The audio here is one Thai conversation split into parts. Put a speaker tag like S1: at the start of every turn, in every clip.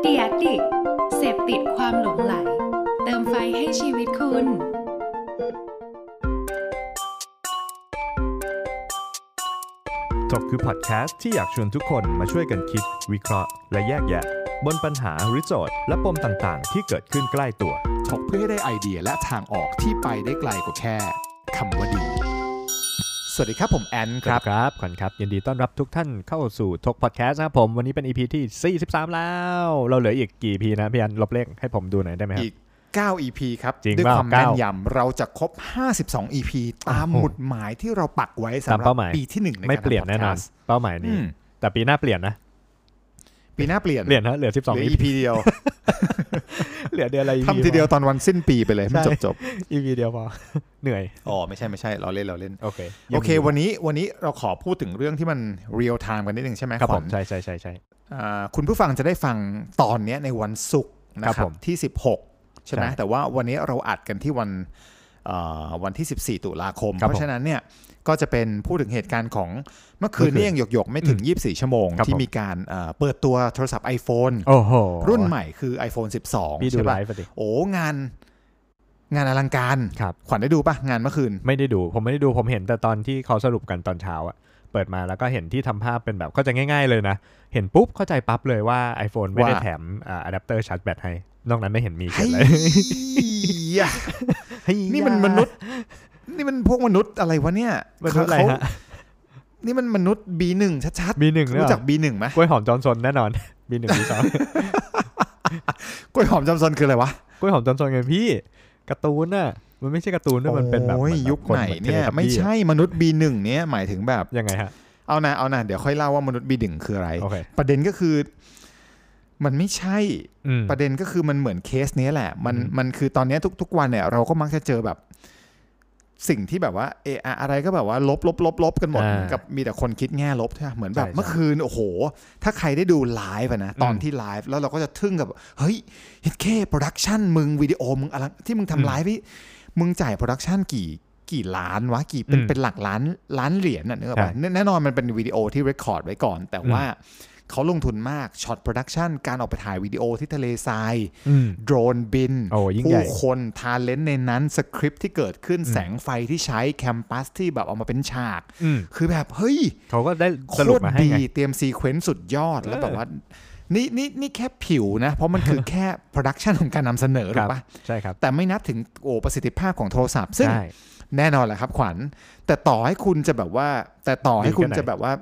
S1: เดียดดิกเสพติดความหลงไหล เติมไฟให้ชีวิตคุณ
S2: ถกคือพอดแคสต์ที่อยากชวนทุกคนมาช่วยกันคิด วิเคราะห์ และแยกแยะ บนปัญหาหรือโจทย์ และปมต่างๆ ที่เกิดขึ้นใกล้ตัว
S3: ถกเพื่อให้ได้ไอเดียและทางออกที่ไปได้ไกลกว่าแค่คำว่าดี สวัสดีครับผมแอนครับ
S2: ครับขวัญครับ ยินดีต้อนรับทุกท่านเข้าสู่ถกพอดแคสต์นะครับผม วันนี้เป็น EP ที่ 43 แล้ว เราเหลืออีกกี่ EP นะพี่อันลบเลขให้ผมดูหน่อยได้ไหมครั
S3: อี
S2: บ
S3: ก 9 EP ครับ
S2: จริง
S3: ด้วย
S2: เปล่า
S3: ความแม่น
S2: เก้าย
S3: ำเราจะครบ 52 EP ตาม
S2: โอ้โห
S3: หมุดหมายที่เราปักไว้สำ
S2: ตาม
S3: หรั
S2: เป้า
S3: บ
S2: หมาย
S3: ปีที่หนึ่งใน
S2: ไม่
S3: การ
S2: เปลี่ยน
S3: ทำ
S2: แน่นอน
S3: podcast
S2: เป้าหมาย
S3: อื
S2: นี้
S3: ม
S2: แต่ปีหน้าเปลี่ยนนะ
S3: ปีหน้าเปลี่ยน
S2: เปลี่ยนนะเหลือ
S3: เหลื
S2: 12
S3: อ
S2: EP
S3: EP เดียว
S2: เหลือเดือนอะไร EP
S3: ทำทีเดียวตอนวันสิ้นปีไปเลยมันจ
S2: ใช่
S3: บจบ
S2: EP เดียวพอ เหนื่อย
S3: อ๋อ ไม่ใช่ไม่ใช่เราเล่นเราเล่น
S2: โอเค
S3: โอเค วันนี้วันนี้เราขอพูดถึงเรื่องที่มันเรียลไทม์กันนิดนึงใช่ไหม
S2: ครับ
S3: ข
S2: ผ
S3: วั
S2: ม
S3: ญ
S2: ใช่ใช่ใช่ใช่
S3: อ่าคุณผู้ฟังจะได้ฟังตอนเนี้ยในวันศุกร์นะ
S2: ค
S3: ค
S2: รับบ
S3: รั
S2: ผม
S3: ที่ 16 ใช่ไหม
S2: ใช่
S3: แต่ว่าวันนี้เราอัดกันที่วันเอ่อวันที่ 14 ตุลาคม
S2: ครับ
S3: เพราะฉะนั้นเนี่ยก็จะเป็นพูดถึงเหตุการณ์ของเมื่อคืน
S2: เมื่อคืน
S3: นี้ยังหยกๆ ไม่ถึง 24 ชั่วโมง
S2: ครับ
S3: ที่
S2: ผม
S3: มีการเอ่อเปิดตัวโทรศัพท์ iPhone
S2: โอ้โห
S3: รุ่นใหม่คือ iPhone 12
S2: พี่ดู
S3: ใช่
S2: ไล
S3: ปะ
S2: ฟ์ไปดิ
S3: โอ้งานงานอลังการ
S2: ครับ
S3: ขวัญได้ดูปะงานเมื่อคืน
S2: ไม่ได้ดูผมไม่ได้ดูผมเห็นแต่ตอนที่เขาสรุปกันตอนเช้าอะเปิดมาแล้วก็เห็นที่ทำภาพเป็นแบบเข้าใจง่าย ๆเลยนะ เห็นปุ๊บเข้าใจปั๊บเลยว่า iPhone ไม่ได้
S3: ว่า
S2: แถมอะแดปเตอร์ชาร์จแบตให้ นอกนั้นไม่เห็นมีเขีย
S3: เฮ้
S2: น
S3: ย
S2: เลยเฮ้ย
S3: นี่มันมนุษย์ นี่มันพวกมนุษย์อะไรวะเนี่ย
S2: มนุษย์อะไร
S3: เขา
S2: ฮะ
S3: นี่มันมนุษย์ B1 ชัด
S2: บีหนึ่ง
S3: ๆ
S2: เนี่ย
S3: รู้
S2: เหร
S3: จั
S2: อก
S3: B1 ไหม
S2: กล้วยหอมจอห์นสันแน่นอน บีหนึ่งบีสอง
S3: กล้วยหอมจำซอนคืออะไรวะ
S2: กล้วยหอมจอห์นสันไงพี่การ์ตูนน่ะมันไม่ใช่การ์ตูนด้วยมันเป็นแบบ
S3: โอ้ย
S2: เมือแบบ
S3: ยุคไหน
S2: มือ
S3: เนี่ย
S2: ทลทับบี้
S3: ไม่ใช่มนุษย์ B1 เนี่ยหมายถึงแบบ
S2: ยังไงฮะ
S3: เอานะเอานะเดี๋ยวค่อยเล่าว่ามนุษย์ B1 คืออะไร
S2: โอเค
S3: ประเด็นก็คือ มันไม่ใช่
S2: อืม
S3: ประเด็นก็คือมันเหมือนเคสเนี้ยแหละ มัน
S2: อืม
S3: มันคือตอนเนี้ยทุกทุกวันเนี่ย เราก็มักจะเจอแบบ สิ่งที่แบบว่าเอออะไรก็แบบว่าลบลบลบลบกันหมด
S2: อ่า
S3: เหมือนกับมีแต่คนคิดแง่ลบใช่ไหมเหมือนแบบ
S2: ใช่
S3: เมื่อคืนโอ้โห ถ้าใครได้ดูไลฟ์อะนะตอน
S2: อืม
S3: ที่ไลฟ์แล้วเราก็จะทึ่งกับ เฮ้ยฮิตเคโปรดักชันมึงวิดีโอมึงอะไรที่มึง
S2: อืม
S3: ทำไลฟ์นี่มึงจ่ายโปรดักชันกี่กี่ล้านวะกี่เป็น
S2: อืม
S3: เป็นหลักล้านล้านเหรียญน่ะนึกออกปะ
S2: ใช่
S3: แน่แน่นอนมันเป็นวิดีโอที่เรคคอร์ดไว้ก่อน แต่
S2: อืม
S3: ว่าเขาลงทุนมากช็อตโปรดักชันการออกไปถ่ายวิดีโอที่ทะเลทราย
S2: อืม
S3: โดรนบิน
S2: โอ้ยิ่งใหญ่
S3: ผู้คนทาเลนในนั้นสคริปต์ที่เกิดขึ้น
S2: อืม
S3: แสงไฟที่ใช้แคมปัสที่แบบเอามาเป็นฉาก
S2: อืม
S3: คือแบบ เฮ้ย
S2: เขาก็ได้
S3: โค
S2: สรุป
S3: ตร
S2: มาให้
S3: ดี
S2: ไง
S3: เตรียมซีเควนซ์สุดยอด แล้วแบบว่า นี่นี่นี่แค่ผิวนะ เพราะมันคือ แค่โปรดักชันของการนำเสนอ
S2: ค
S3: ถู
S2: รับ
S3: กปะ
S2: ใช่ครับ
S3: แต่ไม่นับถึงโอประสิทธิภาพของโทรศัพท์ ซึ่ง
S2: ใช่
S3: แน่นอนแหละครับขวัญ แต่ต่อให้คุณจะแบบว่า แต่ต่อให้คุณ
S2: ดีแค่ไหน
S3: จะแบบว่า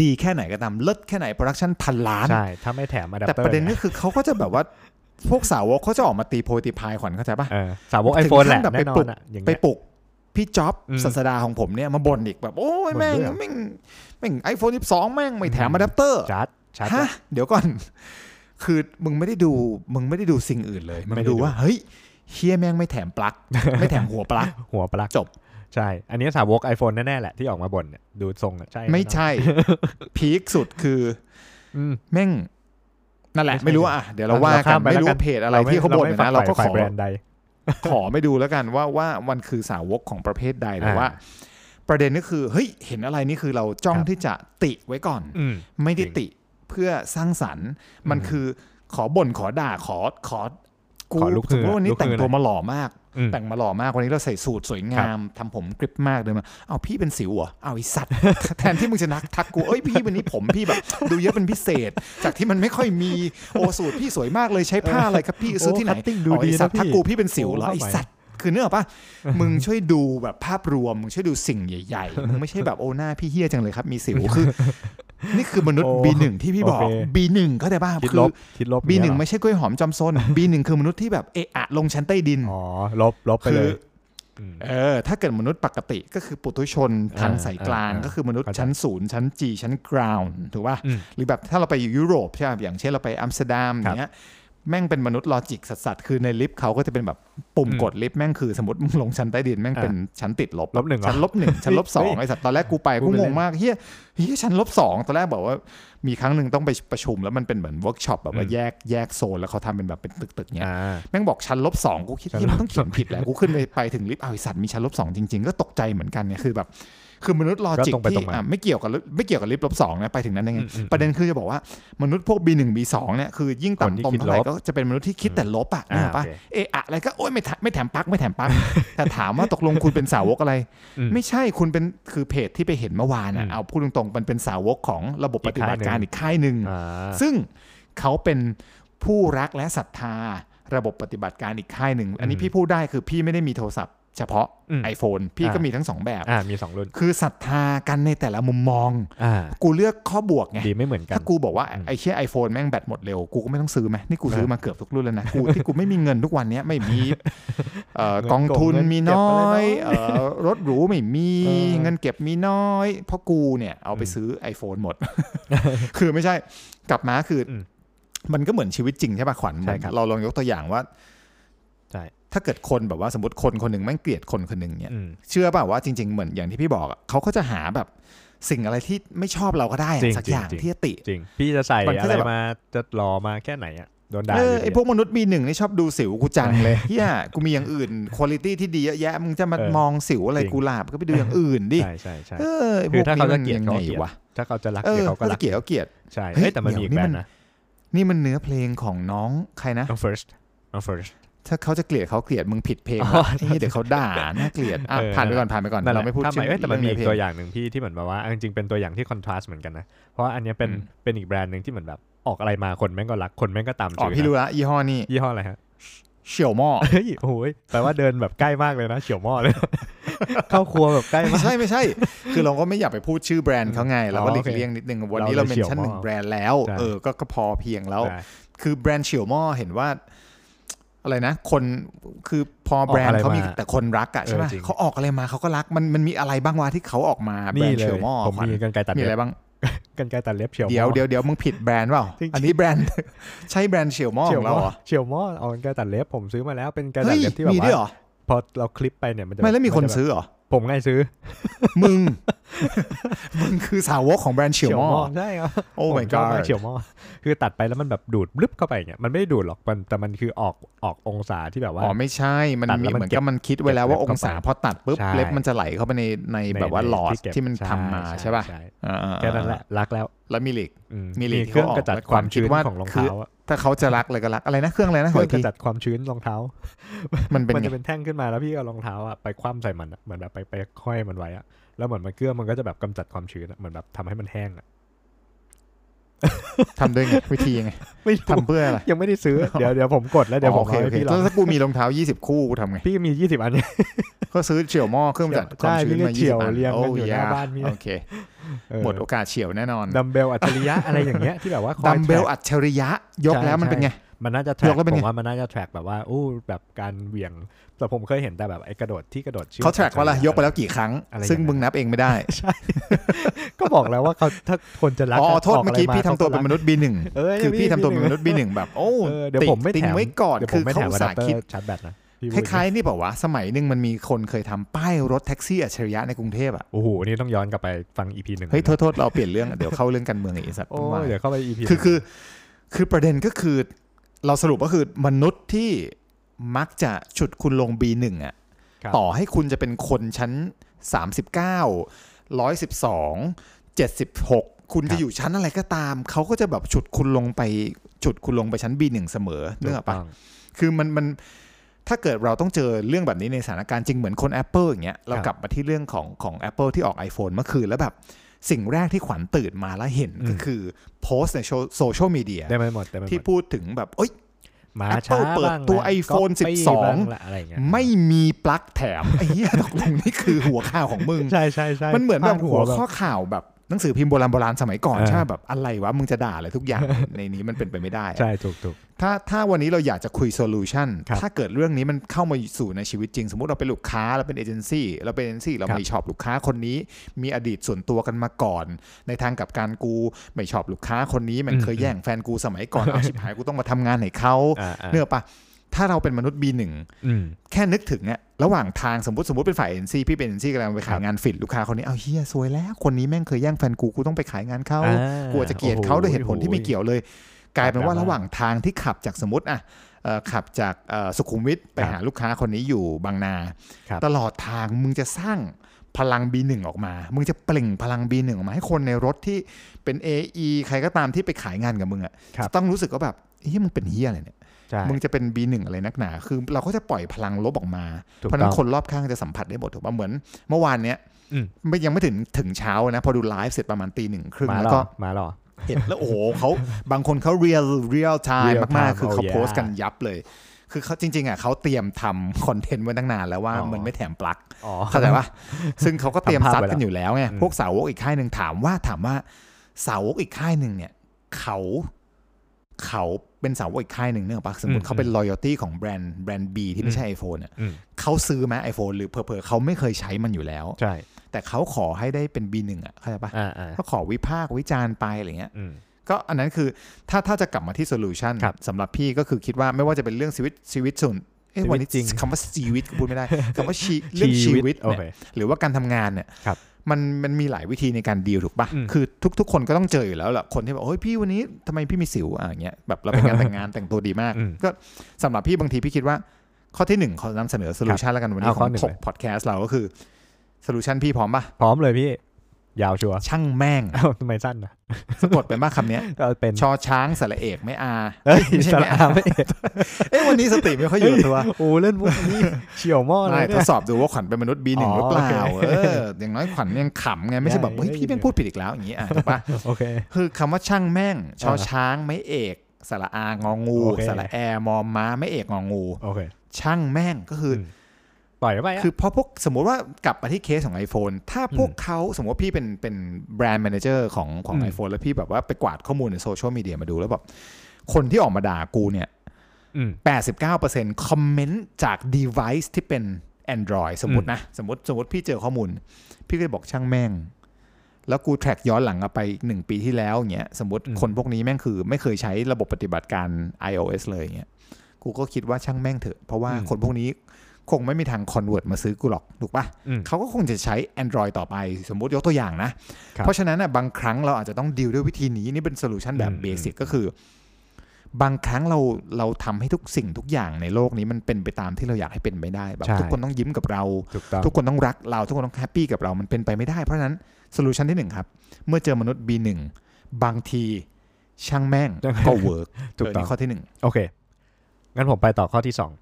S3: ดีแค่ไหนก็ตามเลิศแค่ไหนโปรดักชันพันล้าน
S2: ใช่ถ้าไม่แถมอะแดป
S3: แต่
S2: เตอร์
S3: ประเด็น
S2: เนี่ย
S3: ก็คือเขาก็จะแบบว่า พวกสาวกเขาจะออกมาตีโพยตีพายขวัญเข้าใจปะ
S2: เออสาวกไอ
S3: ถึง
S2: โฟนแหละ
S3: ขั้นแบบ
S2: แน่นอ
S3: ไปปลุ
S2: น
S3: ก
S2: อ่ะอย่าง
S3: ไป
S2: เงี้ย
S3: ปลุกพี่จ๊อบ
S2: อืม
S3: สัสดาของผมเนี่ยมาบ่นอีกแบบ โอ้ย
S2: บ่น
S3: แม่ง
S2: ด้วยเหรอ
S3: แม่งแม่งไอโฟนสิบสองแม่งไม่แถม
S2: อืม
S3: อะแดปเตอร์
S2: ชาร์จชาร์จ
S3: ฮะเดี๋ยวก่อน คือมึงไม่ได้ดูมึงไม่ได้ดูสิ่งอื่นเลยมึง
S2: ไม่ได้ดู
S3: ดูว่า เฮ้ยเฮียแม่งไม่แถมปลั๊ก ไม่แถมหัวปลั๊ก
S2: หัวปลั๊ก
S3: จบ
S2: ใช่ อันนี้สาวก iPhone แน่ๆแหละที่ออกมาบ่นเนี่ยดูทรงอ่ะใช่
S3: ไม่
S2: แน่นอน
S3: ใช่ พีคสุดคือ
S2: อืม
S3: แม่งนั่นแหละ
S2: ไม่ใช่
S3: ไม่รู้อ่ะเดี๋ยวเราว่า
S2: เ
S3: กันไม่
S2: แล้ว
S3: รู้ว่าเพจอะไรที่เขาบ่น
S2: ไม่
S3: เนี่ยนะเราก็
S2: ฝั
S3: ข
S2: ฝ่ย
S3: อ
S2: แบรนด์ใด
S3: ขอไม่ดูแล้วกันว่าว่ามันคือสาวกของประเภทใดแต่
S2: อ่า
S3: ว่า ประเด็นก็คือเฮ้ยเห็นอะไรนี่คือเราจ้อง
S2: ครับ
S3: ที่จะติไว้ก่อน
S2: อืม
S3: ไม่ได้
S2: จริง
S3: ติเพื่อสร้างสรรค์ มัน
S2: อืม
S3: คือขอบ่นขอด่าขอขอกู
S2: ขอลุก
S3: สมม
S2: ฮือ
S3: ติว่าวันนี้
S2: ลุกฮือ
S3: แต่งตัว
S2: หน่อย
S3: มาหล่อมาก
S2: อืม
S3: แต่งมาหล่อมากวันนี้เราใส่สูทสวยงามทำผมกริบมากเดินมาเอาพี่เป็นสิวเหรอเอาไอสัตว์ แทนที่มึงจะนักทักกูเอ้ยพี่วันนี้ผมพี่แบบ ดูเยอะเป็นพิเศษ จากที่มันไม่ค่อยมีโอสูทพี่สวยมากเลยใช้ผ้าอะไรครับพี่ซื้อที่ไหน
S2: โอ้ cutting ดู
S3: เอาไอ
S2: ดี
S3: สั
S2: นะ
S3: ตว์
S2: พี่
S3: ทักกูพี่เป็นสิวเหรอ
S2: โอ้
S3: ไอ
S2: เข้าไป
S3: สัตว์คือเนื้ออกปะ มึงช่วยดูแบบภาพรวมมึงช่วยดูสิ่งใหญ่ๆมึงไม่ใช่แบบโอหน้าพี่เฮี้ยจังเลยครับมีสิว คือ นี่คือมนุษย์
S2: โอ้
S3: B1 ที่พี่บอก
S2: โอเค
S3: B1 เข้าใจป่ะ
S2: คิด
S3: คื
S2: ล
S3: อ
S2: บคิดลบ
S3: บีหนึ่
S2: เยเห
S3: ง
S2: รอ
S3: ไม่ใช่กล้วยหอมจอมซน บีหนึ่งคือมนุษย์ที่แบบเอะอะลงชั้นใต้ดิน
S2: อ๋อลบลบไป
S3: คื
S2: เล
S3: อ
S2: ยม
S3: เออถ้าเกิดมนุษย์ปกติก็คือปุถุชนทางสายกลาง
S2: อ่าอ่า
S3: ก็คือมนุษย์
S2: เข้าใจ
S3: ชั้นศูนย์ชั้นจีชั้นกราวน์ถูกป่ะ
S2: อืม
S3: หรือแบบถ้าเราไปอยู่ยุโรปใช่ป่ะอย่างเช่นเราไปอัมสเตอร์ดัม
S2: ครับ
S3: เนี้ยแม่งเป็นมนุษย์ลอจิกสัสๆคือในลิฟต์เขาก็จะเป็นแบบปุ่ม
S2: อืม
S3: กดลิฟต์แม่งคือสมมติมึงลงชั้นใต้ดินแม่ง
S2: อ่า
S3: เป็นชั้นติดลบ
S2: ลบหนึ่งเหรอ
S3: ชั้นลบหนึ่งชั้นลบสองไอ้สัตว์ตอนแรกกูไป
S2: พู
S3: กู
S2: ดไป
S3: ง
S2: เล่
S3: ง
S2: น
S3: มากเฮีย เฮ้ยชั้นลบสองตอนแรกบอกว่ามีครั้งหนึ่งต้องไปประชุมแล้วมันเป็นเหมือนเวิร์กช็อปแบบว่า
S2: อืม
S3: แยกแยกโซนแล้วเขาทำเป็นแบบเป็นตึกๆเนี้ย
S2: อ่า
S3: แม่งบอกชั้นลบสองกูคิด
S2: ชั้น
S3: ที่
S2: ลบ
S3: มันต้องเขียนผิดแหละกูขึ้นไปไปถึงลิฟต์เอาวไอสัตว์มีชั้นลบสองจริง ๆ ก็ตกใจเหมือนกันเนี่ยคือแบบ คือมนุษย์ลอจิก
S2: ก็ตรงไป
S3: ที่
S2: ตรงมา
S3: อ่ะไม่เกี่ยวกับไม่เกี่ยวกับลิฟต์ลบสองนะไปถึงนั้นยังไง
S2: อืมอืม
S3: ประเด็นคือจะบอกว่ามนุษย์พวก B1 B2 เนี่ยคือยิ่ง
S2: คนที่
S3: ต่ำตม
S2: คิด
S3: เท่าไหร่
S2: ลบ
S3: ก็จะเป็นมนุษย์ที่คิดแต่ลบอ่ะ
S2: อ่า
S3: นี่หรอกปะ
S2: โอเค
S3: เอะอะอะไรก็โอ๊ยไม่แถไม่แถมปลั๊กไม่แถมปลั๊ก แต่ถามว่าตกลงคุณเป็นสาวกอะไร
S2: อืม
S3: ไม่ใช่คุณเป็นคือเพจที่ไปเห็นเมื่อวานอ่ะ
S2: อืม
S3: เอาพูดตรงๆมันเป็นสาวกของระบบปฏิบัติการ
S2: อี
S3: อี
S2: ก
S3: ก
S2: ค่า
S3: ค่าย ย
S2: ห
S3: ห
S2: นึ่
S3: นึ่
S2: ง
S3: ง
S2: อ่า
S3: ซึ่งเขาเป็นผู้รักและศรัทธาระบบปฏิบัติการอีกค่ายหนึ่ง อันนี้
S2: อืม
S3: พี่พูดได้คือพี่ไม่ได้มีโทรศัพท์เฉพาะ
S2: อืม
S3: iPhone พี่ก็มีทั้งสองแบบ
S2: อ่ามีสองรุ่น
S3: คือศรัทธากันในแต่ละมุมมอง
S2: อ่า
S3: กูเลือกข้อบวกไง
S2: ดีไม่เหมือนกัน
S3: ถ้ากูบอกว่า
S2: อืม
S3: ไอ้เชี่ยไอโฟนแม่งแบตหมดเร็ว กูก็ไม่ต้องซื้อไหมนี่กูซื้อมาเกือบทุกรุ่นแล้วนะ กูที่กูไม่มีเงินทุกวันเนี้ยไม่ มีเอ่อ
S2: เงิน
S3: กองทุน
S2: เก็บ
S3: มี
S2: เก็บ
S3: น้
S2: อะไรน้อ
S3: อ
S2: ย ย
S3: เอ่อรถหรูไม่มี
S2: เออ
S3: เงินเก็บมีน้อย เพราะกูเนี่ยเอาไป
S2: อืม
S3: ซื้อ iPhone หมด คือไม่ใช่กลับมาคืออ
S2: ม
S3: มันก็เหมือนชีวิตจริงใช่ป่ะขวัญ
S2: ใช่ครับ
S3: เราลองยกตัวอย่างว่า
S2: ใช่
S3: ถ้าเกิดคนแบบว่าสมมติคนคนหนึ่งแม่งเกลียดคนคนหนึ่งเนี่ย
S2: อืม
S3: เชื่อเปล่าว่าจริงๆ เหมือนอย่างที่พี่บอกอะเขาก็จะหาแบบสิ่งอะไรที่ไม่ชอบเราก็ได้อะ
S2: จริง
S3: สักอย่าง
S2: จริง
S3: ที่จะติ
S2: จริง พี่จะใส่
S3: มันก็
S2: อะ
S3: จะ
S2: ไร
S3: แบบ
S2: มาจะหล่อมาแค่ไหนอ่ะโดนด่า
S3: เออยู่
S2: ดี
S3: ไอพวกมนุษย์มีหนึ่งนี่ชอบดูสิวกูจัง เลยเฮียกูมีอย่างอื่นคุณภาพที่ดีเยอะแยะมึงจะมา
S2: เออ
S3: มองสิวอะไร
S2: จริง
S3: กูหลาบก็ไปดูอย่างอื่นดิ
S2: ใช่ใช่ใช่
S3: เออไอ้พ
S2: คื
S3: ว
S2: อก ถ้า
S3: นี้
S2: เขาจะ
S3: มัน
S2: เกลียด
S3: ยัง
S2: เขาก็
S3: ไง
S2: เกลียด
S3: วะ
S2: ถ้าเขาจะรัก
S3: เอ
S2: เกลี
S3: อย
S2: ดเขาก็
S3: เขา
S2: รั
S3: จะ
S2: ก
S3: เกลียดเขาเกลียด
S2: ใช่
S3: เฮ้ย
S2: เฮ้ยแต่มันมีอีก
S3: เดี๋
S2: แบ
S3: ย
S2: บ
S3: วนี่มัน
S2: นะ
S3: นี่มันเนื้อเพลงของน้องใครนะ
S2: น้อง first น้อง first
S3: ถ้าเขาจะเกลียดเขาเกลียดมึงผิดเพลง
S2: อ๋อ
S3: แล้วเฮ้ยเดี๋ยวเขาด่าน่าเกลียดอ่ะ
S2: เออ
S3: ผ่านไปก่อนผ่านไปก่อน
S2: นั่นแห
S3: เรา
S2: ละ
S3: ไม่พูด
S2: ทำไม
S3: ชื่อ
S2: เอ้ยแต่มันมีอีก
S3: เรื่
S2: ตั
S3: อ
S2: ว
S3: งเนื้อเพลง
S2: อย่างหนึ่งพี่ที่เหมือนแบบว่าเอาจริงๆเป็นตัวอย่างที่คอนทราสต์เหมือนกันนะ เพราะว่าอันเนี้ยเป็น
S3: อืม
S2: เป็นอีกแบรนด์หนึ่งที่เหมือนแบบออกอะไรมาคนแม่งก็รักคนแม่งก็ตาม
S3: อ๋อ
S2: จื่
S3: พี่รู้ละยี่ห้อนี่
S2: ยี่ห้ออะไรฮะ
S3: เฉียวหม้อ
S2: เฮ้ยโอ้ยแปลว่าเดินแบบใกล้มากเลยนะเฉียวหม้อเลย เข้าครัวแบบใกล้
S3: ไม่
S2: มาก
S3: ใช่ไม่ใช่ คือเราก็ไม่อยากไปพูดชื่อแบรนด์เขาไงเราก็
S2: อ๋อ
S3: หลี
S2: โอก เค
S3: เลี่ยงนิดนึงวันนี้เราเมนชั่นหนึ่งแบรนด์แล้ว
S2: ใช่
S3: เออก็ก็พอเพียงแล้ว
S2: ใช่
S3: คือแบรนด์เฉียวหม้อเห็นว่า อะไรนะ คนคือพอแบรน
S2: ออกอะ
S3: ด์
S2: ไร
S3: เขามี
S2: มา
S3: แต่คนรักอะใช่ไหม
S2: เออจริง
S3: เขาออกอะไรมาเขาก็รักมันมันมีอะไรบ้างวะที่เขาออกมาแบร
S2: นี่
S3: นด์
S2: เล
S3: เฉีย
S2: ยว
S3: หม้อ
S2: ผม
S3: ขวัญ
S2: มีกันไกรตัด
S3: มีอะไร
S2: เล็บ
S3: บ้าง
S2: กันไกรตัดเล็บเฉียวหม้อ
S3: เดี๋ยวเดี๋ยวเดี๋ยวมึงผิดแบรนด์เปล่า
S2: จริงๆ
S3: อันนี้แบรนด์ ใช่แบรนด์เฉียวหม้อข
S2: เฉียว
S3: อง
S2: หม้อ
S3: เราเหรอ
S2: เฉียวหม้อเอากันไกรตัดเล็บผมซื้อมาแล้วเป็นกระดา
S3: เฮ้
S2: ษ
S3: ย
S2: เล็บที่แบบ
S3: มีด้วยเหร
S2: ว่า
S3: อ
S2: พอเราคลิปไปเนี่ยมันจะ
S3: ไม่แล้วมีคน
S2: จะบบ
S3: ซื้อเหรอ
S2: ผมไงซื้อ
S3: มึง มึงคือสาวกของแบรนด์เฉียวหม้อ
S2: ใช่ครับ
S3: โอ้
S2: ผม
S3: my
S2: ชอบมาก
S3: god
S2: เฉียวหม้อ คือตัดไปแล้วมันแบบดูดลึบเข้าไปอย่างเงี้ยมันไม่ได้ดูดหรอกมันแต่มันคือออกออกองศาที่แบบว่า
S3: อ๋อไม่ใช่มัน
S2: ตัด
S3: มี
S2: แล้วมัน
S3: เหมือน
S2: เก็บ
S3: กับมันคิดไว้แล้วว่าองศา
S2: เก็บเล็บเข้าไป
S3: พอตัดปุ๊บ
S2: ใช่
S3: เล็บมันจะไหลเข้าไปในใน
S2: ใน
S3: แบบว่าหลอด
S2: ใเก็บ
S3: ที่มันทำมาใช่ป่ะ
S2: ใ
S3: อ่าๆๆ
S2: แค่นั้นแหละรักแล้ว
S3: แล้วมีเหล็ก
S2: อืม
S3: มี
S2: มี
S3: เหล็ก
S2: เครื่อง
S3: ที่เขาออก
S2: กระจัด
S3: ไว้
S2: ความชื้น
S3: ความคิดว่า
S2: ของรองเท้าอะ
S3: ถ้าเขาจะรักเลยก็รักอะไรนะเครื่องอะไรนะ
S2: เค
S3: ขอ
S2: รื่องก
S3: อีกที
S2: ระจัดความชื้นรองเท้า
S3: มันเป็น
S2: มัน
S3: ไง
S2: จะเป็นแท่งขึ้นมาแล้วพี่เอารองเท้าอ่ะไปคว่ำใส่มันอะเหมือนแบบไปไปค่อยมันไว้อะแล้วเหมือนมันเกลือมันก็จะแบบกำจัดความชื้นอะเหมือนแบบทำให้มันแห้งอะ
S3: ทำด้วยไงวิธียังไง
S2: ไม่รู้
S3: ทำเพื่ออะไร
S2: ยังไม่ได้ ซื้อ เดี๋ยวเดี๋ยวผมกดแล้วเดี๋ยว
S3: อ๋
S2: ผ
S3: อ
S2: ม
S3: โอเค
S2: เอา
S3: โอ
S2: ให้
S3: เค
S2: พี่ล
S3: แล้
S2: อง
S3: วถ้ากูมีรองเท้า 20 คู่กูทำไง
S2: พี่มียี่สิบอันเนี่ย
S3: ก็ซื้อเฉียวหม้อเครื่องจัดความ
S2: ใช่
S3: ชื้น
S2: พี่ก็
S3: มา
S2: เฉี่
S3: 20
S2: ยว
S3: อัน
S2: เรียง
S3: โอ้
S2: กันอยู่หน้าย บ้านเนี่ย
S3: โอเค หมดโอกาสเฉียวแน่นอน
S2: ดัมเบลอัจฉริยะอะไรอย่างเงี้ยที่แบบว่าคอย
S3: ดัมเบล
S2: แทร็ก
S3: อัจฉริยะยก
S2: ใช่
S3: แล้วมันเป็น
S2: ใช่
S3: ไง
S2: มันน่าจะแท
S3: ย
S2: ร็ก
S3: กแล้วเป็น
S2: ผ
S3: ไง
S2: มว่ามันน่าจะแทร็กแบบว่าอู้แบบการเหวี่ยง แต่ผมเคยเห็นแต่แบบไอ้กระโดดที่กระโดดชือก
S3: เขาแทร็กว่าละยกไปแล้วกี่ครั้ง
S2: อะไรอย่างนั้น
S3: ซึ่งมึงนับเองไม่ได้
S2: ก็บอกแล้วว่าเขาถ้าคนจะรัก
S3: อ๋อโทษ
S2: กะ
S3: เมื่อกี้
S2: ไร
S3: พี่ทำตัว
S2: ขาก็รัก
S3: เป็นมนุษย์บีหนึ่ง
S2: เอ้ย
S3: คือพี่
S2: พี่
S3: ทำตัวเป็
S2: บี
S3: น
S2: หนึ่ง
S3: มนุษย์บีหนึ่งแบบ โอ้
S2: เออเดี๋ยว
S3: ติ่ง
S2: ผมไม่
S3: ติ่ง
S2: แถม
S3: ไว้ก่อน
S2: เดี๋ยวผ
S3: คือ
S2: มไม่
S3: เขา
S2: แถม
S3: อุต
S2: อะแดป
S3: สาห์
S2: เตอ
S3: คิด
S2: ร์ชาร์จแบตนะพี่
S3: ค
S2: พูด
S3: ล้ายๆนี่บอกว่าวะสมัยหนึ่งมันมีคนเคยทำป้ายรถแท็กซี่อัจฉริยะในกรุงเทพอ่ะ
S2: โอ้โหอันนี่ต้องย้อนกลับไปฟังอีพีหนึ่ง
S3: เฮ้ยโทษโทษเราเปลี่ยนเรื่องเดี๋ยวเข้าเรื่องการเมืองอีกไอ้สัตว์
S2: โอ้
S3: ทั้งวัน
S2: ยเดี๋ยวเข้าไปอีพี
S3: คือคือคือประเด็นก็คือ เราสรุปก็คือมนุษย์ที่มักจะฉุดคุณลง B1 อ่ะ
S2: ครับ
S3: ต่อให้คุณจะเป็นคนชั้น 39 112 76 คุณจะอยู่ชั้นอะไรก็ตาม เขาก็จะแบบฉุดคุณลงไปฉุดคุณลงไปชั้น B1 เสมอเนื้ออกปะ คือมันมันถ้าเกิดเราต้องเจอเรื่องแบบนี้ในสถานการณ์จริงเหมือนคน Apple อย่างเงี้ยเรา
S2: ครับ
S3: กลับมาที่เรื่องของของ Apple ที่ออก iPhone เมื่อคืนแล้วแบบสิ่งแรกที่ขวัญตื่นมาแล้วเห็น
S2: อืม
S3: ก็คือโพสต์ในโซเชียลมีเดีย
S2: ได้ไหมหมดได้ไหมหม
S3: ที่
S2: ด
S3: พูดถึงแบบเอ้ย
S2: มา
S3: Apple
S2: ช้า
S3: เปิด
S2: บ้าง
S3: ตัว
S2: นะ
S3: iPhone
S2: copy
S3: 12
S2: บ้างละอะไรเงี้ย
S3: ไม่มีปลั๊กแถม ไอ้เหี้ยตกลงนี่คือหัวข่าวของมึง
S2: ใช่ใช่ใช่
S3: มันเหมือนแบบ
S2: พาด
S3: หัว
S2: บบ
S3: ข้อข่าวแบบหนังสือพิมพ์โบราณโบราณสมัยก่อน
S2: เออ
S3: ใช่ไหมแบบอะไรวะมึงจะด่าอะไรทุกอย่าง ในนี้มันเป็นไปไม่ได้อะ
S2: ใช่ถูกถูก
S3: ถ้าถ้าวันนี้เราอยากจะคุยโซลูชัน
S2: ครับ
S3: ถ้าเกิดเรื่องนี้มันเข้ามาสู่ในชีวิตจริง สมมติเราเป็นลูกค้าเราเป็นเอเจนซี่เราเป็นเอเจนซี่เรา
S2: ครับ
S3: ไม่ชอบลูกค้าคนนี้ มีอดีตส่วนตัวกันมาก่อน ในทางกลับการกูไม่ชอบลูกค้าคนนี้ มัน
S2: อืม
S3: เคยแย่งแฟนกูสมัยก่อน เอาชิบหายกูต้องมาทำงานให้เขา
S2: าา
S3: เนื้อปะ ถ้าเราเป็นมนุษย์ B1
S2: อืม
S3: แค่นึกถึงอะระหว่างทางสมมติสมมติเป็นฝ่ายเอ็นซีพี่เป็นเอ็นซีกำลังไปขายงานฝิดลูกค้าคนนี้เอาเฮียซวยแล้ว คนนี้แม่งเคยแย่งแฟนกูกูต้องไปขายงานเขา
S2: อ่าก
S3: กลัวจะเกลียดเขาด้วยเหตุผลที่ไม่เกี่ยวเลย กลายเป็นว่า
S2: แบบว่า
S3: ระหว่างทางที่ขับจากสมมติอะเอ่อขับจากเอ่อสุขุมวิทไป
S2: ครับ
S3: หาลูกค้าคนนี้อยู่บางนา
S2: ครับ
S3: ตลอดทางมึงจะสร้างพลัง B1 ออกมา มึงจะเปล่งพลัง B1 ออกมาให้คนในรถที่เป็น AE ใครก็ตามที่ไปขายงานกับมึงอะ
S2: ครับ
S3: จะต้องรู้สึกว่าแบบเฮ้ยมึงเป็นเฮียอะไรเนี่ย
S2: ใช่
S3: มึงจะเป็น B1 อะไรนักหนา คือเราก็จะปล่อยพลังลบออกมา
S2: ถูก
S3: เพราะฉะนั้
S2: ต้
S3: น
S2: อง
S3: คนรอบข้างจะสัมผัสได้หมดถูกป่ะ เหมือนเมื่อวานเนี้ย
S2: อืม
S3: ไม่ยังไม่ถึงถึงเช้านะ พอดูไลฟ์เสร็จประมาณตีหนึ่งครึ่ง
S2: มาหร
S3: แล้วก็
S2: อมาหรอ
S3: เห็นแล้วโอ้โหเขาบางคนเขาเรียลเรียลไทม์
S2: Real
S3: มาก
S2: time
S3: ๆ คือเขา
S2: เอาอย่า
S3: โพสต์กันยับเลย คือเขาจริง ๆอ่ะเขาเตรียมทำคอนเทนต์ไว้ตั้งนานแล้วว่า
S2: อ๋อ
S3: มันไม่แถมปลั๊ก
S2: อ๋อ
S3: เข้าใจปะซึ่งเขาก็เตรียม
S2: ทำภาพ
S3: ซัด
S2: ไว้แล้ว
S3: กันอยู่แล้วไง
S2: อืม
S3: พวกสาวกอีกค่ายหนึ่งถามว่าถามว่าสาวกอีกค่ายหนึ่งเนี่ย เขา เขาเป็นสาวกอีกค่ายหนึ่งเนกอะปะสมมติเขาเป็น loyalty ของแบรนด์แบรนด์ B ที่ไม่ใช่ iPhone เนี่ย
S2: อืม
S3: เขาซื้อมา iPhone หรือเผลอๆเขาไม่เคยใช้มันอยู่แล้ว
S2: ใช่
S3: แต่เขาขอให้ได้เป็น B1 อ่ะเข้าใจปะ
S2: อ่าอ่า
S3: เขาขอวิพากษ์วิจารณ์ไปอะไรเงี้ย
S2: อืม
S3: ก็อันนั้นคือถ้าถ้าจะกลับมาที่โซลูชัน
S2: ครับ
S3: สำหรับพี่ก็คือคิดว่าไม่ว่าจะเป็นเรื่องชีวิตชีวิตส่วนเอ้ย
S2: ชีวิต
S3: วันนี้
S2: จริง
S3: คำว่าชีวิตก็พูดไม่ ได้คำว่าชีเรื่องชีวิต
S2: โอ
S3: เนี่ย
S2: เค
S3: หรือว่าการทำงานเนี่ย
S2: ครับ
S3: มันมันมีหลายวิธีในการดีลถูกปะ
S2: อืม
S3: คือทุก ๆ คนก็ต้องเจออยู่แล้วแหละคนที่แบบโอ้ยพี่วันนี้ทำไมพี่มีสิวอ่ะอย่างเงี้ยแบบเราไปงานแต่งงานแต่งตัวดีมาก
S2: อืม
S3: ก็สำหรับพี่บางทีพี่คิดว่า ข้อที่หนึ่งขอนำเสนอโซลูชันแล้วกันวันนี้
S2: เอา
S3: ข
S2: ข้อ
S3: อง
S2: หนึ่ง
S3: ถ
S2: เล
S3: ก
S2: ย
S3: พอดแคสต์เราก็คือโซลูชันพี่พร้อมปะ
S2: พร้อมเลยพี่ ยาวชัวร์
S3: ช่างแม่ง
S2: เอ้าทำไมสั้นนะ
S3: สะกดเป็นมากคำเนี้ย
S2: ก็เป็น
S3: ชอช้างสระเอกไม่อา
S2: เอ้ย
S3: ไม่ใช่
S2: สา
S3: ไม่อา
S2: ระไม่เอก
S3: เอ้ยวันนี้สติไม่ค่อยอยู่กับตัว
S2: โอ้เล่นมุกนี้เฉียวหม้อเล
S3: ไม่
S2: ย
S3: ท
S2: เนี่
S3: ด
S2: ย
S3: สอบดูว่าขวัญเป็นมนุษย์บีหนึ่ง
S2: อ๋อ
S3: หรือเปล่า
S2: โอเค
S3: เอออย่างน้อยขวัญยังขำไงไม่ใช่แบบเฮ้ย
S2: ได้
S3: พี่แม่ง
S2: ได้
S3: พูดผิดอีกแล้วอย่างงี้อ่ะถูกปะ
S2: โอเค
S3: คือคำว่าช่างแม่งชอ
S2: อ่า
S3: ช้างไม่เอกสระอางองู
S2: โอเค
S3: สระแอมอม้าไม่เอกงองู
S2: โอเค
S3: ช่างแม่งก็คืออ
S2: ม ปล่อยไปะ
S3: คือเพราะพวกสมมุติว่ากลับมาที่เคสของ iPhone ถ้าพวก
S2: อืม
S3: เขาสมมติว่าพี่เป็นเป็นแบรนด์แมเนเจอร์ของของ
S2: อืม
S3: iPhone แล้วพี่แบบว่าไปกวาดข้อมูลในโซเชียลมีเดียมาดูแล้วแบบคนที่ออกมาด่ากูเนี่ย
S2: อืม
S3: 89%คอมเมนต์จาก device ที่เป็น Android สมมตินะ สมมติสมมติพี่เจอข้อมูล พี่ก็เลยบอกช่างแม่ง แล้วกูแทร็กย้อนหลังกลับไปอีกหนึ่งปีที่แล้วอย่างเงี้ยสมมติ
S2: อืม
S3: คนพวกนี้แม่งคือ ไม่เคยใช้ระบบปฏิบัติการ iOS เลยอย่างเงี้ยกูก็คิดว่าช่างแม่งเถอะ เพราะว่าคนพวกนี้คงไม่มีทางคอนเวิร์ตมาซื้อกูหรอก ถูกปะ
S2: อืม
S3: เขาก็คงจะใช้ Android ต่อไป สมมุติยกตัวอย่างนะ
S2: ครับ
S3: เพราะฉะนั้นน่ะบางครั้งเราอาจจะต้องดีลด้วยวิธีนี้ นี่เป็นโซลูชันแบบ
S2: อืม
S3: เบสิกก็คือ บางครั้งเราเราทำให้ทุกสิ่งทุกอย่างในโลกนี้มันเป็นไปตามที่เราอยากให้เป็นไปได้แบบ
S2: ใช่
S3: ทุกคนต้องยิ้มกับเรา
S2: ถูกต้อง
S3: ทุกคนต้องรักเรา ทุกคนต้องแฮปปี้กับเรามันเป็นไปไม่ได้ เพราะฉะนั้นโซลูชันที่หนึ่งครับ เมื่อเจอมนุษย์ B1 บางทีช่างแม่งก็เวิร์ก
S2: ถูกต้อง
S3: นี่ข้อที่หนึ่ง
S2: โอเค งั้นผมไปต่อข้อที่สอง